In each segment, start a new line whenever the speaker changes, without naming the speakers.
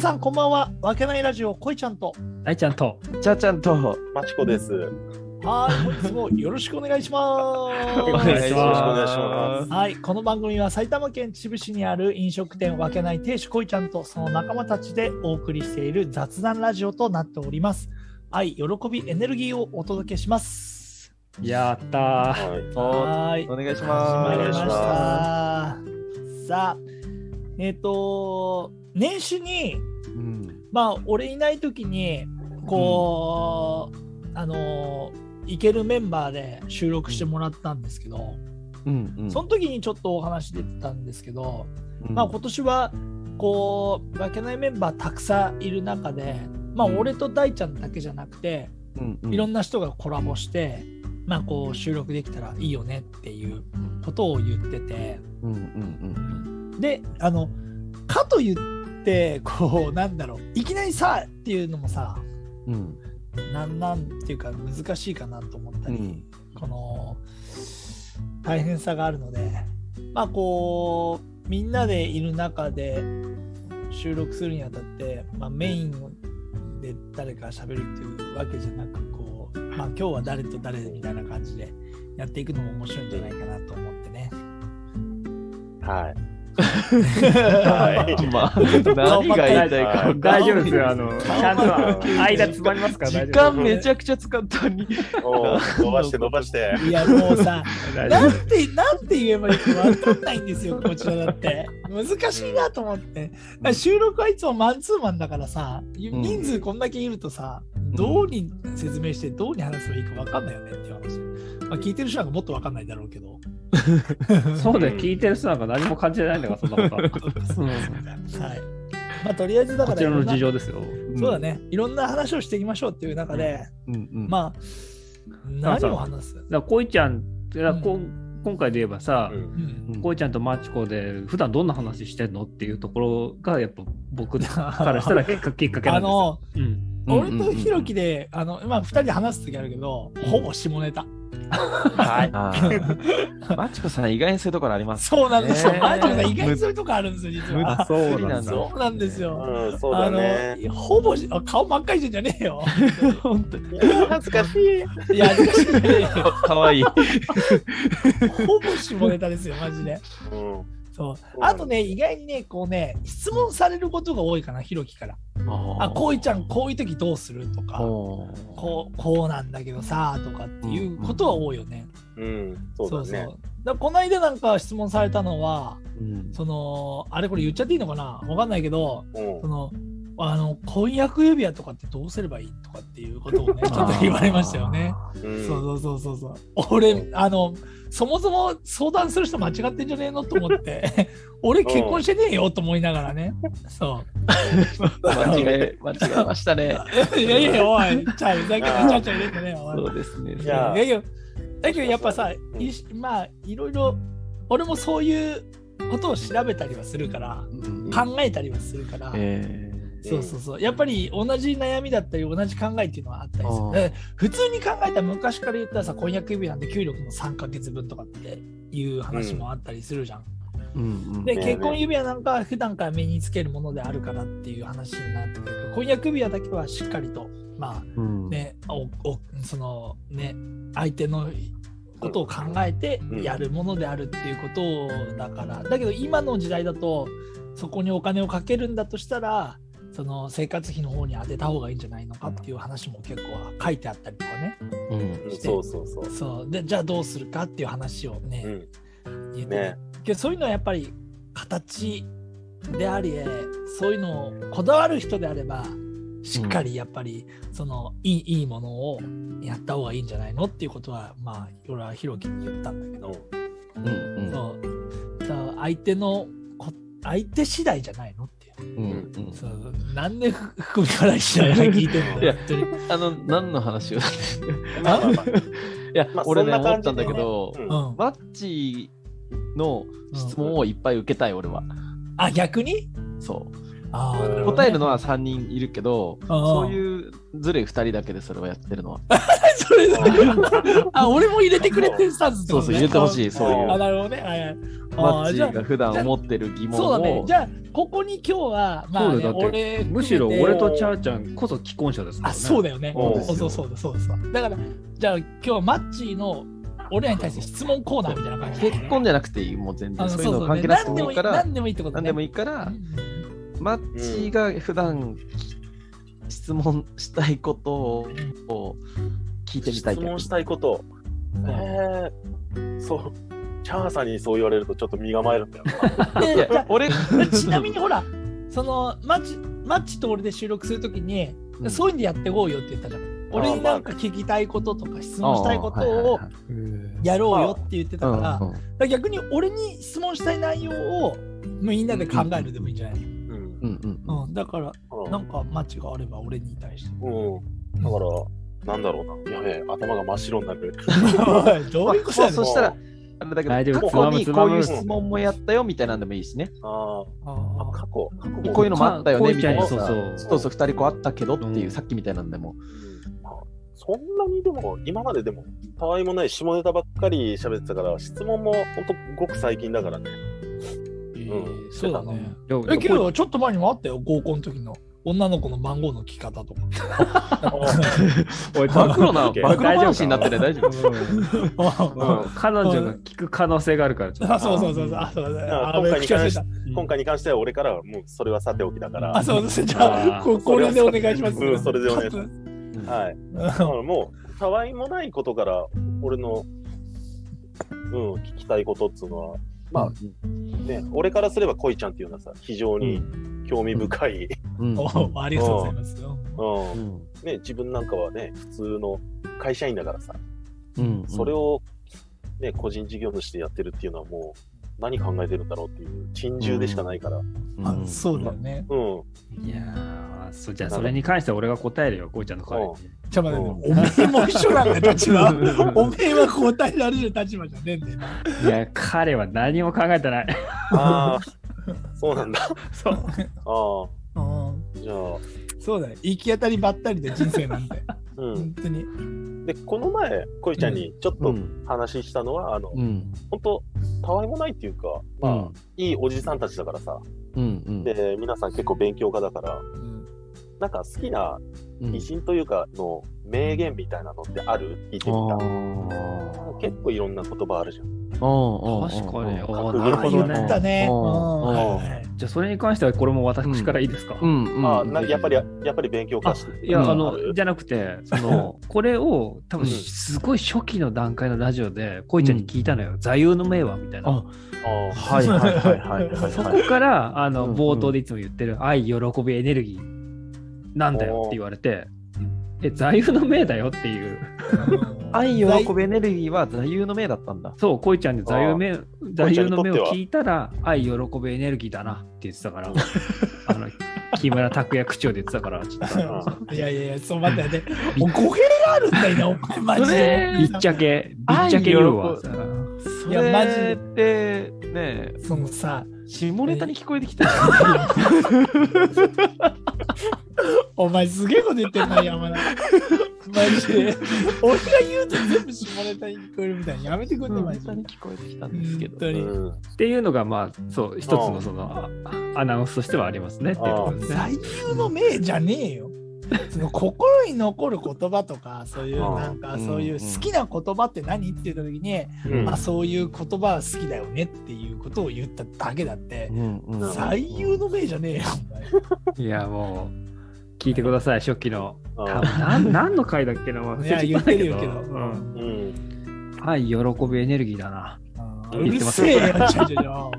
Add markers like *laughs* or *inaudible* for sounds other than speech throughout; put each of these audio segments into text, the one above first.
さん、こんばんは。わけないラジオ、こいちゃんと。
大ちゃんと
ちゃちゃんと、
マチコです。
はーい、本日もよろしくお願いしま。
お願いします
よろくお願いします。
はい、この番組は埼玉県秩父市にある飲食店わけない亭主こいちゃんとその仲間たちでお送りしている雑談ラジオとなっております。愛、喜び、エネルギーをお届けします。
やったー
はい。
はーい、
お願いし
始
ま。
ますりまし
お願い
た。さあ、えっ、と、年始に、
うん
まあ、俺いない時に、こう、あのー、行けるメンバーで収録してもらったんですけど、
うんうん
その時にちょっとお話出てたんですけど、まあ今年はこう負けないメンバーたくさんいる中で、まあ、俺と大ちゃんだけじゃなくて
うんうん
いろんな人がコラボして、まあ、こう収録できたらいいよねっていうことを言ってて
うんうん
であのかといってこうなんだろういきなりさっていうのもさ
うんうん
なんなんっていうか難しいかなと思った
う
り、
ん
この大変さがあるのでまあこうみんなでいる中で収録するにあたって、まあ、メインで誰か喋るっていうわけじゃなくこう、まあ、今日は誰と誰みたいな感じでやっていくのも面白いんじゃないかなと思ってね。
はい。
まあ何が言いたいか分かんない
大丈夫ですよ、あの、ちゃんと間詰まりますから、
時
大丈
間
夫
めちゃくちゃ使ったのに
おー伸ばして伸ばして。
*laughs* いやもうさ
大丈夫
なんてなんて言えばいいか分かんないんですよ *laughs* こちらだって難しいなと思って収録はいつもマンツーマンだからさ人数こんだけいるとさ、どうに説明してどうに話せばいいか分かんないよねっていう話、まあ、聞いてる人なんかもっと分かんないだろうけど
そうだよ、聞いてる人なんか何も感じてないんだから、そんなこと。
うん
はいまあとりあえずだ
こ
から
ちらの事
いろん
情ですよ。
なそうだねいろんな話をしていきましょうっていう中で、
うんうん
まあ
な
何
んか
を話す、
だから、こいちゃん、だからこ
う
今回で言えばさ、
うん
うん
うん
こいちゃんとマチコで普段どんな話してんのっていうところがやっぱ僕 *laughs* からした
*laughs*
らきっかきっかけな
あ
んですよ。
の
うん
俺とひろきで、あの、まあ、二人で話す時あるけど、ほぼ下ネタ。
はい。
あーマチコさん意外にそういうところあります
そうなんですよ。
ね
マジで意外にそういうとこあるんですよ、実
む
は。
そう
なんだ
そうなんですよ。
うん、そうだね。
あの、ほぼし、あ顔真っ赤にしてんじゃねえよ。
本当に
恥ずかしい。
いや、恥ずかしいね
かわいい
ほぼ下ネタですよ、マジで。
うん。
そう。あとね、意外にね、こうね、質問されることが多いかな、ひろきから。あ、こういちゃん、こういう時どうするとか、
おー
こう、こうなんだけどさ、とかっていうことは多いよね。
うん、そうだね。
だからこの間なんか質問されたのは、
うん
そのあれこれ言っちゃっていいのかなわかんないけど
うん
そ。のあの婚約指輪とかってどうすればいいとかっていうことをねちょっと言われましたよね。
うん
そうそうそうそうそう俺あのそもそも相談する人間違ってんじゃねえのと思って俺結婚してねえよと思いながらねそ
間違え間違えましたね
ういやいやいやおいちゃうだけどちゃうちゃう入れてねおい
そうですね
い
いや
や
いやだけどやっぱさ、
うん
いしまあいろいろ俺もそういうことを調べたりはするから
うん
考えたりはするから、
え
そうそうそうやっぱり同じ悩みだったり同じ考えっていうのはあったりす
あ
る
ー
だから普通に考えたら昔から言ったらさ婚約指輪で給料の3ヶ月分とかっていう話もあったりするじゃん、
ーうんうん
で
ね
結婚指輪なんかは普段から身につけるものであるからっていう話になってくるけど婚約指輪だけはしっかりとまあ
うん
ねおおそのね相手のことを考えてやるものであるっていうことだからだけど今の時代だとそこにお金をかけるんだとしたらその生活費の方に当てた方がいいんじゃないのかっていう話も結構書いてあったりとかね
うん
うんそうそうそう。
そうでじゃあどうするかっていう話を
う
ね、
ん。
言って
ね。
けどそういうのはやっぱり形でありそういうのをこだわる人であればしっかりやっぱりそのいい,、いいものをやった方がいいんじゃないのっていうことはまあ俺はひろきに言ったんだけど、
うんうん
そうだから相手のこ相手次第じゃないのっていう
うんうん
そうなんでふ含みからしない話聞いてんの
いや
本当に
あの何の話を *laughs* い
まあまあまあ
や、
まあ
俺ね
そん
思
な感
っ
じ
たん
で
だけど、
うん
うん、
マッチの質問をいっぱい受けたい俺は、
あ逆に
そう
あーなるほどね
答えるのは3人いるけど、
あー
そういうずれ2人だけでそれをやってるのは。
*laughs* それあ、俺も入れてくれてるスタンスって
そ
こ
う
と
そう、
ね
入れてほしい、
あ
そういう
あ、。なるほどね。はいはいあー
マッチ
じゃあ
ーが普段思ってる疑問
そうだね。
を
じ。ゃあ、ここに今日は、まあ
そう
ね、
だよだって
俺、
むしろ俺と
ち
チ
ゃ
ャーちゃんこそ既婚者ですから
あ、
ね。
そうだよね。
そう
です
そうそ
よ
うそうだ、そうですわだから、じゃあ今日はマッチーの俺らに対して質問コーナーみたいな感じで。
結婚じゃなくていい、もう全
あの
然。そう
そう
いう
そ
の
う
関係なくて
ね
もいいか
何
ら、
でもいいってことね。
何でも
いい
いいから、
う
マッチーが普段質問したいことを聞いてみたいけ
質
ど。
問したいこと。えー、そう。チャーさんにそう言われるとちょっと身構えるんだよ
んで
ね。
い
じゃ
や、俺、
あちなみにほら、そのマッチマッチと俺で収録するときに、
うん
そういうんでやってこうよって言ったじゃん。俺になんか聞きたいこととか質問したいことをやろうよって言ってたから、だか
うんうん
ら逆に俺に質問したい内容をみんなで考えるでもいいんじゃない、うん
うん。
うんうんうん
だから
うん
なんかマッチがあれば俺に対して。
うん。だから、なんだろうな。やべえ、頭が真っ白になる。
おいどういうこと
まあ
やねん
そしたら、あれだ
大
け
丈
ど、
夫つ
過
ま
去
む
に
つま
こ
む
ういう質問もやったよみたいなんでもいいしね。
あーあ、過
あ
去、過去も
こういうのもあったよね
か
みたいな
こういうちゃんにそうそう
そうそう、2人こうあったけどっていうう、
ん
さっきみたいなんでも。
まあそんなにでも、今まででも、たわいもない下ネタばっかり喋ってたから、質問もほんとごく最近だからね。
ーそうだね。
でも
え、けどちょっと前にもあったよ、合コンの時の女の子の番号の聞き方
*laughs*
とか。
おい
*laughs* 暴露な、
丈夫
暴
大
露
か
話になってね、大丈夫。
うん彼女が聞く可能性があるから、ちょっ
あ、そうそうそうそう。あ、そうだね。
あ
あ、
今回に
口が
関
出
して
た。
今回に関しては俺からはもうそれはさておきだから。
あ、そうです。じゃあ、
あー
ここれでお願いします。
うんそれでお願いしま
うん
はい。だか
う
らもう、たわいもないことから、俺の、うん、聞きたいことっつうのは、まあ、ね、俺からすれば恋ちゃんっていうのはさ、非常に興味深い、
うん
ん *laughs* おありがとうございます。
う、
うんん
ね、自分なんかはね、普通の会社員だからさ、
うん
それを、ね、個人事業主でやってるっていうのはもう、何考えてるんだろうっていう、珍獣でしかないから、うん、
うん
あそうだよね。
いやーそうじゃあそれに関しては俺が答えるよ、こうちゃんの代わりに。
ちょっと待って、おめえも一緒なんだよ、立場。おめえは答えられる立場じゃねえんだよ。
*laughs* いや、彼は何も考えてない。
ああ、
*laughs*
そうなんだ。あ
そう。
あ、
うん
じゃあ、
そうだよ。行き当たりばったりで人生なんて。
う
本
ん。
当に。
で、この前、恋ちゃんにちょっ
う
と
ん
話したのは、あの、
うん
本当たわいもないっていうか、まあ、いいおじさんたちだからさ、
うんうん
で、皆さん結構勉強家だから、なんか好きな
うん
偉人というかの名言みたいなのってある聞いて
あ
みた。
ー
結構いろんな言葉あるじゃん。
あ
確かに。
あ
おー
うん
なるほど
言
ね
っ。たね。
う
う
ん
ん
じゃあそれに関してはこれも私からいいですか、
うんうん
あなやっぱり、やっぱり勉強家してる
いや、
うん
あ
あ
の、
る
じゃなくて、そ *laughs* の、これを、多
うん
分すごい初期の段階のラジオで、こいちゃんに聞いたのよ。座右の銘はみたいな。
あ
あー
はいはいはいはい *laughs* はい
そ
は
こ
い
から、あ
うんう
の、
ん
冒頭でいつも言ってる、愛、喜び、エネルギー、なんだよって言われて、え、座右の銘だよっていう。
愛喜びエネルギーは座右の銘だったんだ
そう、こいちゃんに座右銘座右の銘
こいちゃんにとって
を
は
聞いたら、愛、喜び、エネルギーだなって言ってたから、あの、木村拓哉口調で言ってたから、ちょっとあの、
*laughs*
いやいやいや、そう待って待って。もう語弊があるんだよな、お前マジで。
びっちゃけ、びっちゃけ言うわ
愛。喜び
いやマジで
それってね
そのさ、
下ネタに聞こえてきた
お前すげえこと言ってんな、山田。マジで。俺が言うと全部下ネタに聞こえるみたいな。やめてくんね、
下
マ
ネ
ジで
タ。に聞こえてきたんですけ
本
ど
当
う
に。
ん
っていうのがまあそう一つのそのあアナウンスとしてはありますねっていうところですね
最優の銘じゃねえよ。その心に残る言葉とか、そういうなんか、そういう好きな言葉って何って言った時に、
うん
まあそういう言葉は好きだよねっていうことを言っただけだって、最優の銘じゃねえよ。
いやもう聞いてください初期の
あ
多
ー
分なん何の回だっけな忘
い
れ
や、
ちゃ
言
っ
ったて
んだ
る
け
よ
ど
けど。
うん
うん
愛喜びエネルギーだな
うるせえよ、ちょちょちょ。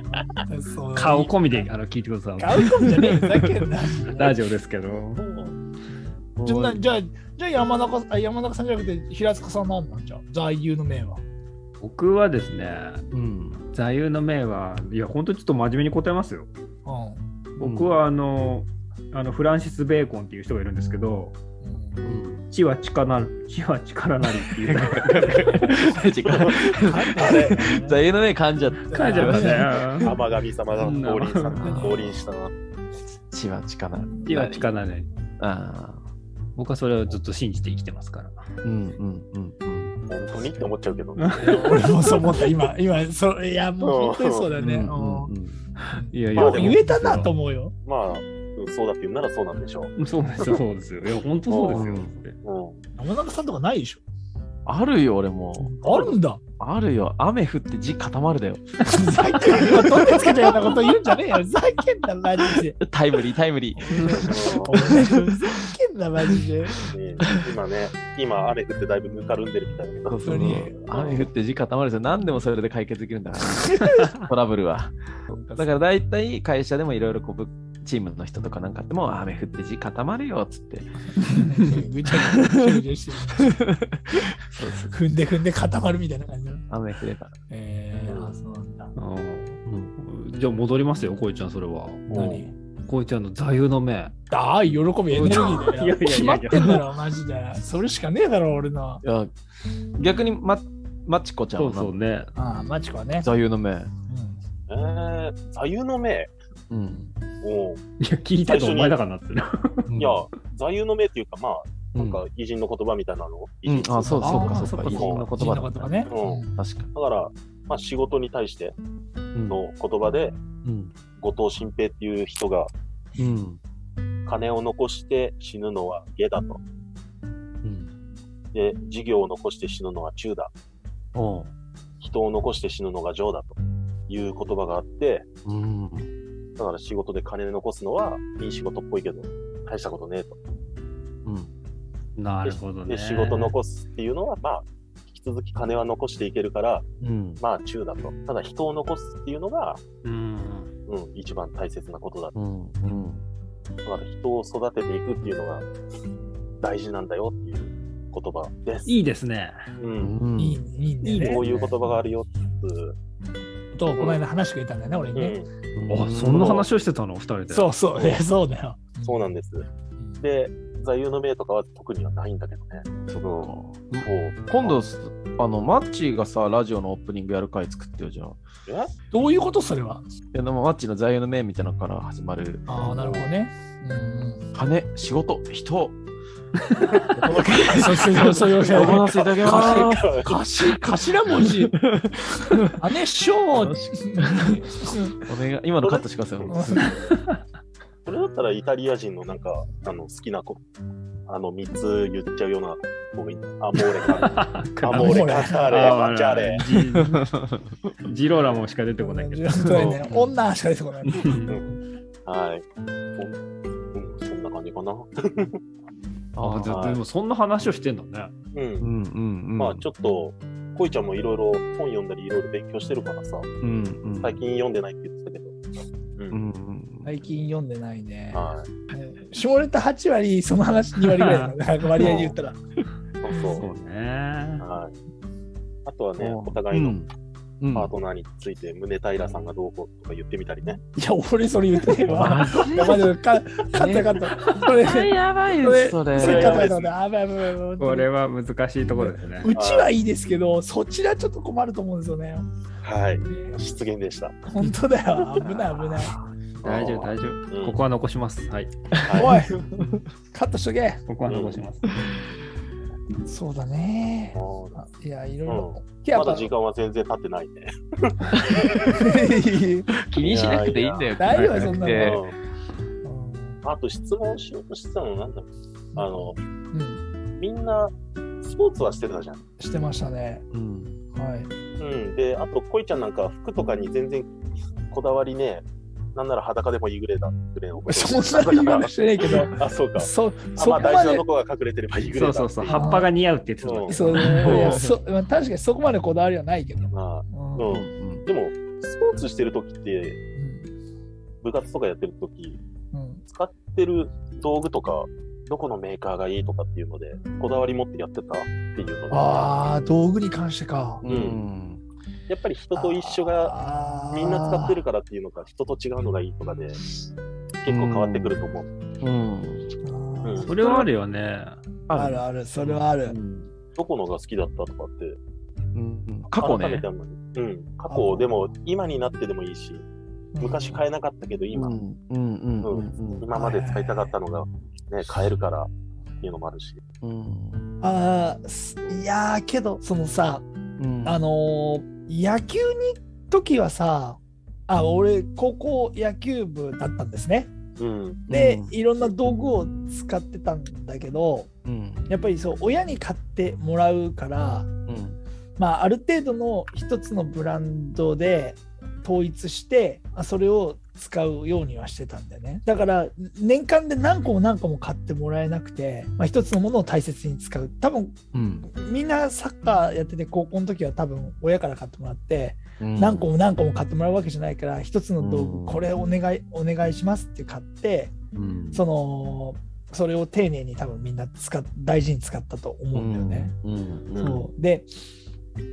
顔
こ
込みであの聞いてくださ
顔こんじゃねえよ、ふざけんな。
いラジオですけど
ちょなじゃあ、じゃあ山中さんあ山中さんじゃなくて、平塚さんなんなんじゃあ座右の銘は。
僕はですね
うん
座右の銘はいや本当ちょっと真面目に答えますよ
うん
僕はあのあのフランシス・ベーコンっていう人がいるんですけど
うん
「
*laughs*
地は力なる地は力なり」っていう
違う
あれ、
座右
*laughs*
の銘噛んじゃっ
感じだったね。
天神様が降臨さ
うん
降臨したな。
血は血かな。
血は力なり。
ああ。
僕はそれをずっと信じて生きてますから。
うんうんうんうん。
本当にって思っちゃうけど、
俺もそう思った、今、今、そいや、もう本当にそうだね。
う
うん
んうんうん
いやい
ま
や、
あでも
言えたなと思うよ。
*laughs* まあ、うんそうだって言うならそうなんでしょう。
う。そうですよ、そうですよ。いや、本当そうですよ。
うん、
山中さんとかないでしょ。
あるよ、俺も。
あるんだ。
あるよ。雨降って地固まるだよ。
ふざけんな、取ってつけたようなこと言うんじゃねえよ。ふざけんな、マジで。
タイムリー、タイムリー。
お前ふざけんな、マジで。
ね今ね、今雨降ってだいぶぬかるんでるみたいだけ
そう
ど、
そ
本
う
当に
雨降って地固まるですよ。何でもそれで解決できるんだ *laughs* から。トラブルは。だから大体会社でもいろいろこうぶチームの人とかなんかあっても雨降って地固まるよっつって。
ぐちゃぐちゃぐちゃぐちゃしてる
そうそう
踏んで踏んで固まるみたいな感じなの。
雨降れば。
えー、あ、そうなんだ。
うんじゃあ戻りますよ、こいちゃん、それは。
何
こいちゃんの座右の銘。
ああ、喜びエネルギーだよ。
いやいやいやいや
決まってんだろ、マジで。それしかねえだろ、俺の。
いや逆にまマチコちゃん
そ
は
うそう
な
ね。
ああ、マチコはね。
座右の銘。
う
えー、座右の銘、
うん。
う
いや、聞いたとお前だからなってな。
ん、いや、座右の銘っていうか、まあ、
う
なん
ん、
か偉人の言葉みたいなのを、
うん、あ、そう
あー
そうか、そう
そっ
か、
か
偉人の
ん。
言葉
人の
だ
言葉ね。
うん
確か
だから、まあ、仕事に対して
に。うん
の言葉で、
うん。
後藤新平っていう人が、
うん。
金を残して死ぬのは下だと。
うん。
で、事業を残して死ぬのは中だ。
おう。
人を残して死ぬのが上だという言葉があって、
うん。
だから仕事で金残すのはいい仕事っぽいけど、大したことねえと。
うん。
なるほどね。
で、仕事残すっていうのは、まあ、引き続き金は残していけるから、
うん。
まあ中だと。ただ人を残すっていうのが、
うん。
うん、一番大切なことだと。
うん。うん。
だから人を育てていくっていうのが大事なんだよっていう言葉です。
いいですね。
う。
うんん。
いいね、いいね。
いいね
こういう言葉があるよっ
と、この間話してくれたんだよね、俺
つ
に
う。
ね。
う
あ、そんな話をしてたの、二人で。
そうそう、えそうだよ。
ん、そうなんです。で、座右の銘とかは特にはないんだけどね。
そっか。
そう。
今度、すあの、マッチーがさ、ラジオのオープニングやる回作ってよ、じゃあ。
え
どういうことそれは。
いやでもマッチーの座右の銘みたいなのから始まる。
ああ、なるほどね。うん。
金、仕事、人。
そうそうそうそう。
お *laughs* 話しいただきます。
*laughs*
頭頭文字。姉章。
お願い。今のカットしてください。
それだったらイタリア人のなんか、あの、好きな子、あの、三つ言っちゃうような方がいい。アモーレ
*laughs*
カ、アモーレカターレ、
あ
マチャレ。
ジジローラモンしか出てこな
*laughs*
いけど。
本当にね女しか出てこない。
はい。おうん、そんな感じかな。
あじゃあ
はい
でもそんな話をしてんだね。
う。
うんんうんうん。
まあ、ちょっと、こいちゃんもいろいろ本読んだり、いろいろ勉強してるからさ、
うんうん。
最近読んでないって言ってたけど。う。
うんんうん。
最近読んでないね。
はい。
下ネタ8割、その話2割ぐらいだな割合で言ったら。
そう
そ
そう
ね
う。。はい。あとはね、
うん
お互いの
うん
パートナーについて、宗平さんがどうこうとか言ってみたりね。
いや、俺それ言ってねえわ。
マジ
いやマジでカッカットカット。これ、
でやばい
こ
で
れ
す、それ。
せっ
や
か
ばい
くだ
ですね
な。危ない危ない危ない
これは難しいところですね。
うちはいいですけど、そちらちょっと困ると思うんですよね。
はい。失言でした。
本当だよ。危ない危ない。
大丈夫大丈
う
夫。
ん
ここは残します。はい。
お、
はい
カットしとけ。
ここは残します。
そうだね。
*laughs* そうだ
いや、いろいろ。
う
や
ん、
っ
ま
ぱ
だ時間は全然経ってないね。
*laughs*
気にしなくていいんだよ。
大丈夫そんなのえ
うんあと質問しようとしてたのなんだろう。あの、
うん、
みんなスポーツはしてたじゃん。
してましたね。
うん。
はい。
うん。で、あと、こいちゃんなんか服とかに全然こだわりね、なんなら裸でもいいぐらいだぐらいのこと。
そんなに言わなくてないけど、
*laughs* あ、そうか。
そ、
あ
そ
ま
こ
あ、大
ま
事な
で
と。こが隠れてればいいぐ
そ
ら
う
いだ
そう
ってい
そう。葉っぱが似合うって言ってたの
うん
そうねいやそまあ確かにそこまでこだわりはないけど。
ま
うん
あう。
うん
でも、スポーツしてるときって、部活とかやってるとき、
うん
使ってる道具とか、どこのメーカーがいいとかっていうので、こだわり持ってやってたっていうので、
ああ、道具に関してか。
うん
ん。うん。
やっぱり人と一緒が
が
みんな使ってるからっていうのか、人と違うのがいいとかで、結構変わってくると思う。
うん。
うん
それはあるよね。
あるある、それはある。
どこのが好きだったとかって、
うん。過去
改め
ね
て。あんまりうん、過去、でも、今になってでもいいし、昔買えなかったけど、今、
うんうんうんうん
今まで使いたかったのが、ね、買えるからっていうのもあるし。
うん
あーすいやーけどそのさ
うん
あのー野球に時はさあ俺高校野球部だったんですね
うん。
で、
うん
いろんな道具を使ってたんだけど
うん
やっぱりそう親に買ってもらうから、
うん
まあ、ある程度の一つのブランドで統一してあそれを使うようにはしてたんだよねだから年間で何個も何個も買ってもらえなくて、まあ、一つのものを大切に使う多分
うん
みんなサッカーやってて高校の時は多分親から買ってもらって
うん
何個も何個も買ってもらうわけじゃないから一つの道
う
具
ん
これお願いお願いしますって買って
うん
そのそれを丁寧に多分みんな使っ大事に使ったと思うんだよね。
うんうんうん
そうで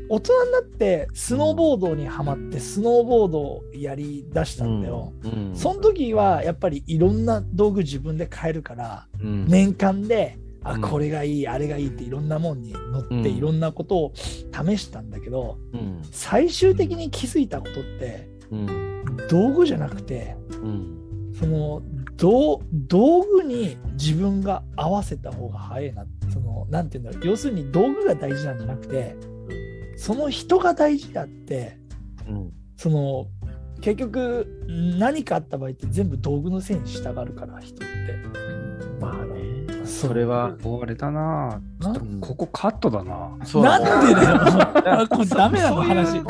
大人になってスノーボードにはまってスノーボードをやりだしたんだよ。
うん
その時はやっぱりいろんな道具自分で買えるから
うん
年間であ
うん
これがいいあれがいいっていろんなもんに乗って
うん
いろんなことを試したんだけど
うん
最終的に気づいたことって
うん
道具じゃなくて
うん
その道道具に自分が合わせた方が早いなそのなんて言うんだろう要するに道具が大事なんじゃなくてその人が大事だって
うん
その結局何かあった場合って全部道具のせいに従うから人って
まあね
それは壊れたなぁちょっと
うん
ここカットだなぁ
そう
な
だね
んでだ
*laughs*
よこれダメなの
そういう
話
うん。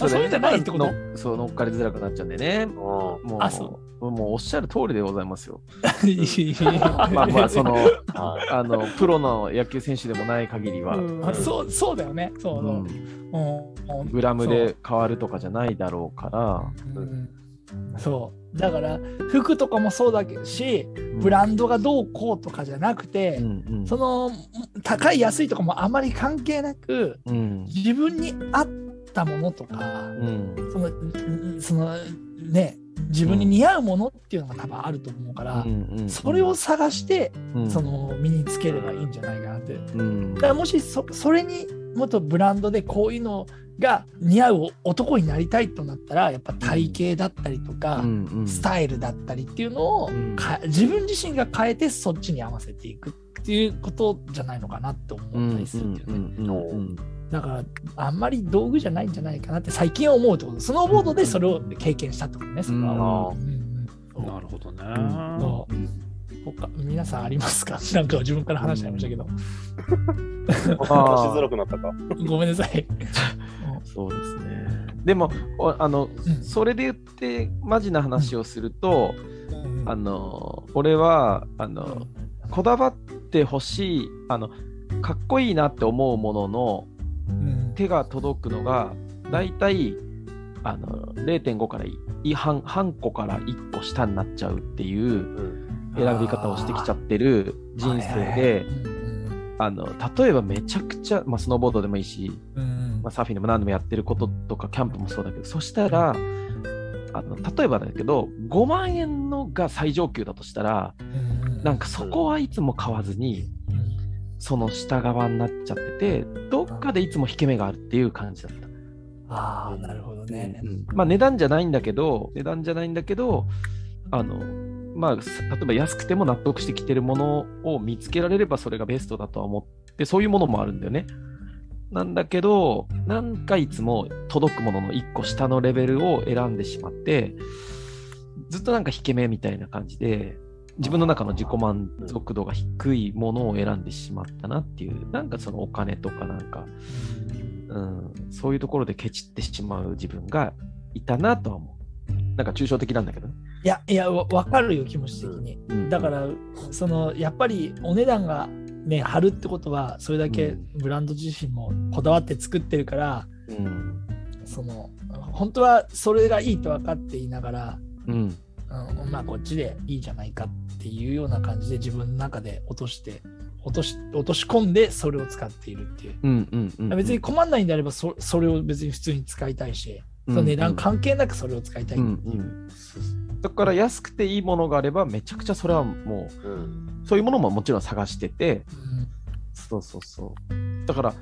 あそういうんじゃないってこと
のそう乗っかりづらくなっちゃうんでね
うん。
もう
あそ
もうおっしゃる通りでございますよ
ま
まあまあその
は
*laughs*
*laughs*
あのプロの野球選手でもない限りは、
うん *laughs* そうそうだよねそう
う
の
ん
うんうん
グラムで変わるとかじゃないだろうか
うんそうだから服とかもそうだけし
ら
ブランドがどうこうとかじゃなくて
う、んうん
その高い安いとかもあまり関係なく
うん
自分に合ったものとか
うん
そのうんそのね自分に似合うものっていうのが多分あると思うから、
うん
それを探して、
うん
その身につければいいんじゃないかなってだ
うん
からもしそそれにもっとブランドでこういうのが似合う男になりたいとなったらやっぱ体型だったりとか、
うんうん
スタイルだったりっていうのを
うん
か自分自身が変えてそっちに合わせていくっていうことじゃないのかなって思ったりするっていうね、
うんうんうん
だからあんまり道具じゃないんじゃないかなって最近は思うってことスノーボードでそれを経験したってことねそれは、
あ
うんうん
なるほどね
ん
そう他皆さんありますか *laughs* なんか自分から話しちゃいましたけど
あ。話しづらくなったか。
ごめんなさい
そうですねでもおあの、
ん
それで言ってマジな話をすると、あの俺はあの、こだわってほしいあのかっこいいなって思うものの
うん
手が届くのがだいたいあの0.5からいい半半個から1個下になっちゃうっていう
うん。
選び方をしてきちゃってる人生で
うん
あの例えばめちゃくちゃ、まあ、スノーボードでもいいし、
うん
まあ、サーフィンでも何でもやってることとかキャンプもそうだけどそしたらあの例えばだけど5万円のが最上級だとしたら
うん
なんかそこはいつも買わずに
うん
その下側になっちゃっててどっかでいつも引け目があるっていう感じだった。
ああなるほどね、
まあ値段じゃないんだけど値段じゃないんだけどあのまあす例えば安くても納得してきてるものを見つけられればそれがベストだとは思ってそういうものもあるんだよね。なんだけどなんかいつも届くものの1個下のレベルを選んでしまってずっとなんか引け目みたいな感じで自分の中の自己満足度が低いものを選んでしまったなっていうなんかそのお金とかなんかうん、そういうところでケチってしまう自分がいたなとは思う。なんか抽象的なんだけどね。
いやいやわ分かるよ気持ち的に、
うん
だか、らそのやっぱりお値段がね張るってことはそれだけ
うん
ブランド自身もこだわって作ってるから、
うん。
その本当はそれがいいと分かっていながら、
うん。
うん、まあこっちでいいじゃないかっていうような感じで自分の中で落として落とし落とし込んでそれを使っているっていう。
うん。うん。うん
別に、困んないんであればそそれを別に普通に使いたいし、
うん
その値段関係なくそれを使いたい、
うん。うん。だから安くていいものがあれば、めちゃくちゃそれはも
うん。
う、そういうものももちろん探してて、
うん
そうそうそう。だから、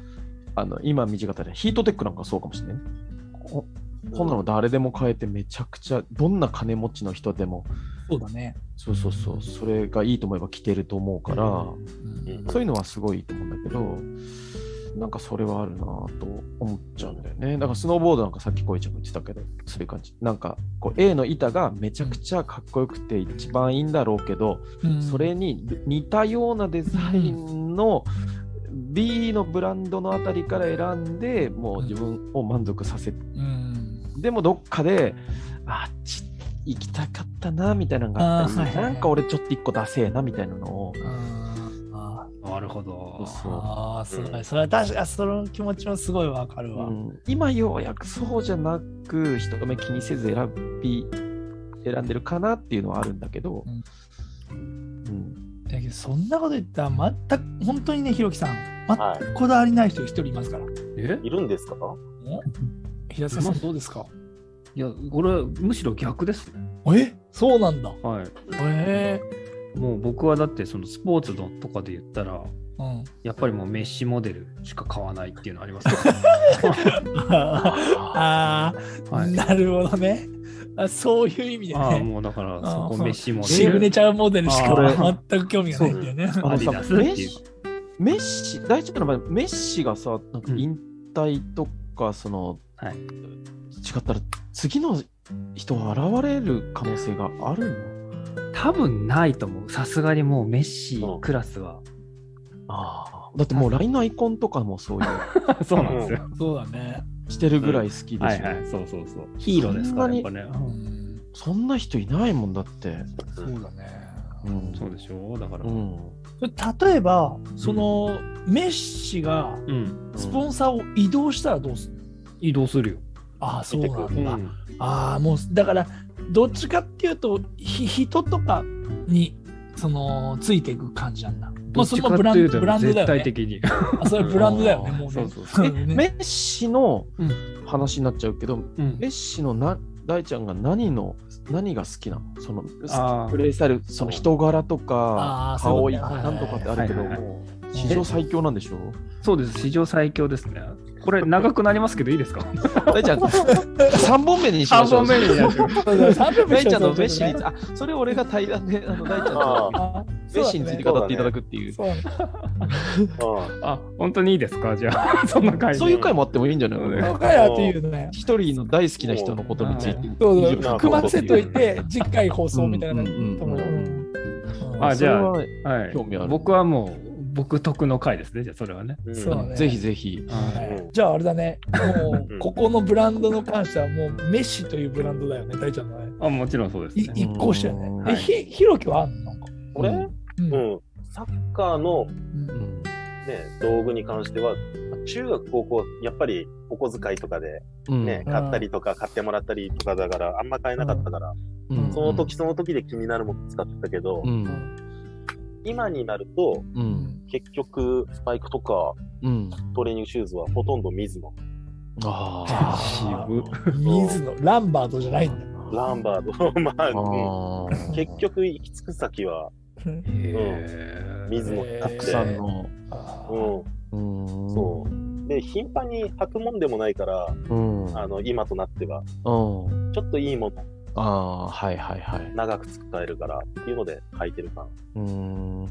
あの今、短かったで、ヒートテックなんかそうかもしれないね。ここんなの誰でも買えてめちゃくちゃどんな金持ちの人でも
そうだね。
そうそうそうそれがいいと思えば着てると思うから、
うん
そういうのはすごいいいと思うんだけどなんかそれはあるなぁと思っちゃうんだよねだからスノーボードなんかさっきこいちゃんが言ってたけどそういう感じなんかこう A の板がめちゃくちゃかっこよくて一番いいんだろうけど、
うん
それに似たようなデザインの B のブランドのあたりから選んでもう自分を満足させ
うん
でもどっかであっち行きたかったなみたいなのがあったり、
あーはいはいはい
なんか俺ちょっと一個出せえなみたいなのを
あ
なるほど。
ー
そう
あー、すごい。それは確かに、その気持ちもすごいわかるわ。
うん今ようやくそうじゃなく人目気にせず選び選んでるかなっていうのはあるんだけど、うん
だけど、そんなこと言ったら、全く、本当にね、ひろきさん、
は
全くこだわりない人一人いますから。
え
い。いるんですか
平塚さん、どうですか
いや、俺、むしろ逆ですね。
えそうなんだ。
は
え
い。もう僕はだって、そのスポーツのとかで言ったら、
ー、うん。
やっぱりもうメッシモデルしか買わないっていうのあ
*laughs*
りますから、
ああ、
はい
なるほどね。あそういう意味で
ああ、
ね。
もうだから、
あ
そこメッシモデル。
シグネチャーモデルし
あ
か
ー
全く興味がないんだよね。
あの
アディ
さ
ダスって
メ
い
ッ
う
シメッシ大丈夫な場合メッシがさなんか引退とかその、
はい
違ったら次の人が現れる可能性がある
多分ないと思う。さすがにもうメッシクラスは。
のあーだってもう LINE のアイコンとかもそういう
*laughs* そうなんですよ。
そうだね。
してるぐらい好きでしょ、
はいはい、そうそうそう。ヒーローですから、やっぱね。
うん、
そんな人いないもんだって。
そうだね。
うん
そうでしょだから。
う
うん。
ん
例えば、その、メッシがスポンサーを移動したらどうする、
移動するよ。
ああ、そうな
出
う
て
ん
だ。
ん
ああ、もう、だから、どっちかっていうと、ひ人とかに、その、ついていく感じなんだ。も
ど
う
っ
そ
ち
れ
か
もブラ
っていうと
ンブランドだ
絶
よ
対
ね。
的に。
あそれブランドだよね、
うん
もうね。
そうそう
*laughs*
そ
え
うね
メッシの
うん
話になっちゃうけど、
うん
メッシのな大ちゃんが何の何が好きなのその
あー
プレイスタイルその人柄と
あ
か
ー
顔い
そうだね
なんと
*laughs*
かってあるけど、
はいはいはい
もう史上最強なんでしょ
そうです。史上最強ですね。これ長くなりますけどいいですか
大ちゃん3本目にしましょう
にやる。
大ちゃんのメッシに
に
つあそれ俺が対談であの大ちゃん
あ
のメッシについて語っていただくっていう
そうだね
あ
あ、本当にいいですかじゃあ、そ *laughs* んな感じ。
そういう回もあってもいいんじゃないの
そうだ
そ
ね
うかやっていうね。
一人の大好きな人のことについて
そうそう
20分
組ませといて、次回放送みたいな
うんうん
と思ううん
あじゃあ
それは
はい
興味ある
僕はもう、僕得の回ですね。じゃあ、それはね。
うん
そうだね
ぜひぜひ
はい
うん
じゃああれだね、も
う
う、
ん
ここのブランドの関しては、もう、メッシというブランドだよね、大ちゃんのね。
あ、もちろんそうです
い
ね。
一向してね。
は
え、
い
ひ、ひろきはあんのなんか。
俺、
うん
うん
うん、サッカーの、
うん
ね、道具に関しては、中学、高校、やっぱりお小遣いとかで、
うん
ね
うん
買ったりとか買ってもらったりとかだから、あんま買えなかったから、
うん
その時その時で気になるもの使ってたけど、
うん
今になると、
う
うんん
結局、スパイクとか
うん
トレーニングシューズはほとんど水野、
あ
渋
水野、ランバードじゃないんだ。
ー
ランバー *laughs* ド、まあ、
あー
結局行き着く先は
へー
水野になったて、
く
たくさんの
あー
うん、
うん
そう。で、頻繁に履くもんでもないから、
うんうん
あの、今となっては、
あ
ちょっといいもの
あーはいはいはい
長く使えるからっていうので履いてる感。
うん
うん。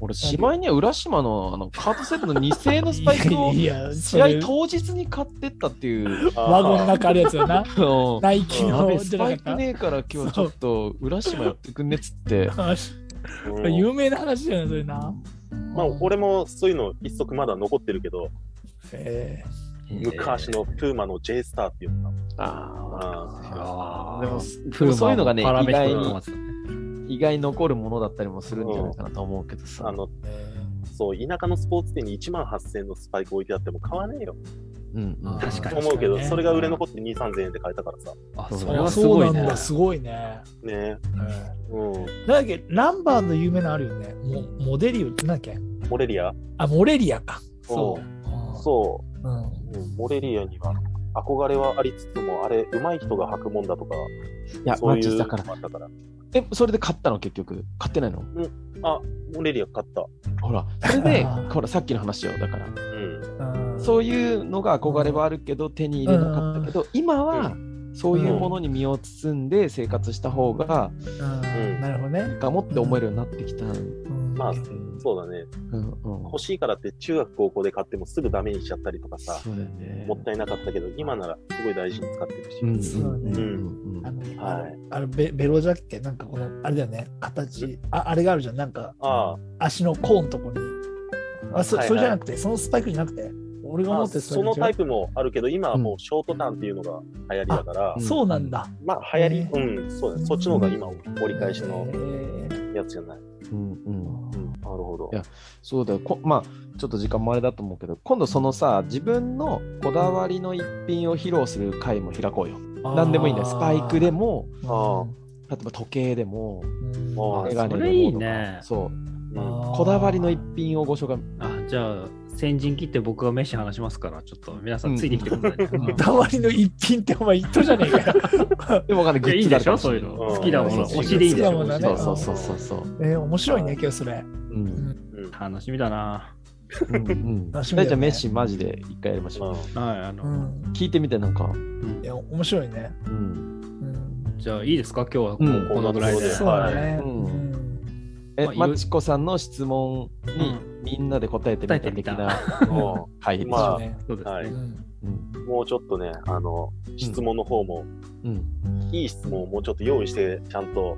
俺しまいには浦島のあのカートセットの2製のスパイクを
*laughs* いや、そ
試合
れ
当日に買ってったっ
*laughs*
ていう
ワゴンの
あー
中あるやつよな。
うん
ナイキ
や
の
べえス
じゃな
パ
か
イ
っ
ク
た
ねえから今日ちょっと浦島やってくんねっつって
あ
うん
有名な話だよね、それな。
まあ、俺もそういうの一足まだ残ってるけど、
え
昔のプーマの J スターっていうのが
あ
あ
あ
あ
ー
でも
プーマも
そういうのがね
パラ
意
メヒコ
外
の
に
やつだね
意外に残るものだったりもするんじゃないかなと思うけどさ。
あの、そう、田舎のスポーツ店に1万8000円のスパイク置いてあっても買わねえよ
うんうん、
確か
と
に
思うけど、
確かにね
それが売れ残って2、3000円で買えたからさ。
あ
そう
それ
あ
はす
そう
ごい
なん
ね
だ、すごいね。
ねうん。
なんだっけ、ランバーの有名なのあるよね。モモデリオってなんだっけ
モレリア
あ、モレリアか。。
そうう。そう。
う。うん。
うんモレリアには憧れはありつつも、あれ、上手い人が履くもんだとか、
いや、
そ
マ
うい
ジ
う
だ
の
から。
もあったから。
え、それで買ったの結局。買ってないの
あ、モレリア買った。
ほら、それで、
あー
ほら、さっきの話よ。だから、
うん。
うん
そういうのが憧れはあるけど、手に入れなかったけど、今はそういうものに身を包んで生活した方が
あーなるほどね。
かもって思えるようになってきた。うん
うん
まあそうだね。
うん
欲しいからって中学高校で買ってもすぐダメにしちゃったりとかさ、
そうだよね
もったいなかったけど、今ならすごい大事に使ってるし。
うん
そうだね
うんうん
あの、
はい
あれベベロジャッケなんかこのあれだよね形ああれがあるじゃんなんか
あ
足のコーンのとこにあそ,、
はいはい
それじゃなくてそのスパイクじゃなくて俺
あ、
が
ま
持
あ
って
そのタイ
プ
プもあるけど、今はもうショートタンっていうのが流行りだから、
うん
そうなんだ、
まあ流行り、
ね
うん、そうだね。そっちの方が今折り返しの
えー
やつじゃない。
うんうん
うん、なるほど
い。やそうだよこまあちょっと時間もあれだと思うけど今度そのさ自分のこだわりの一品を披露する回も開こうよ何でもいいんだよスパイクでも
うん
あ
例えば時計でも
うん
あー
メガネでも
それいいね
そう
うん
あー
こだわりの一品をご紹介
あじゃあ先陣切って僕がメッシ話しますからちょっと皆さんついてきてく *laughs* ださい、
こだわりの一品ってお前一等じゃねえかよ、
でもわかんない
いやいいでしょ
グッズ
そう
だ
いう
から
の
うん
好きなもの
そうそう
推しでいいでし
好きなも
ょ
のだね
そうそうそうそうそう
えー面白いね今日それ
うん
うん
楽しみだな
うん
*laughs*
うん
楽し
じ
みだよね
ゃあメッシマジで一回やりましょう
はいあの、
うん
聞いてみてなんか
うん
いや面白いね
うん
うん
じゃあいいですか今日はこ,、
うん
このぐらいで、
そうだね、
う
うんん
え
まあいろいろ
マチコさんの質問にみんなで答えてみた的
答
な *laughs*
も
回でし
まあ
そう
ょ
ね
そうですね、
はい
うん
うん
うもうちょっとね、あの、質問の方も、
うん
いい質問をもうちょっと用意して、ちゃんと。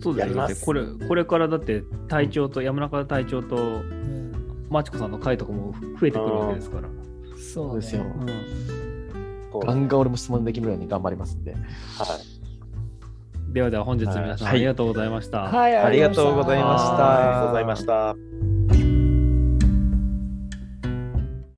そうで
や
す
り
よ
ま
だっ
す
てこれこれからだって隊長と山中隊長と
うん
マチコさんの回とかも増えてくるわけですから、
そう
そう
ね
ですよ。
そう
ガンガン俺も質問できるように頑張りますんで。
はい。
ではでは本日皆さん
はい
ありがとうございました、
はい
ありがとうございました
ありがとうございました。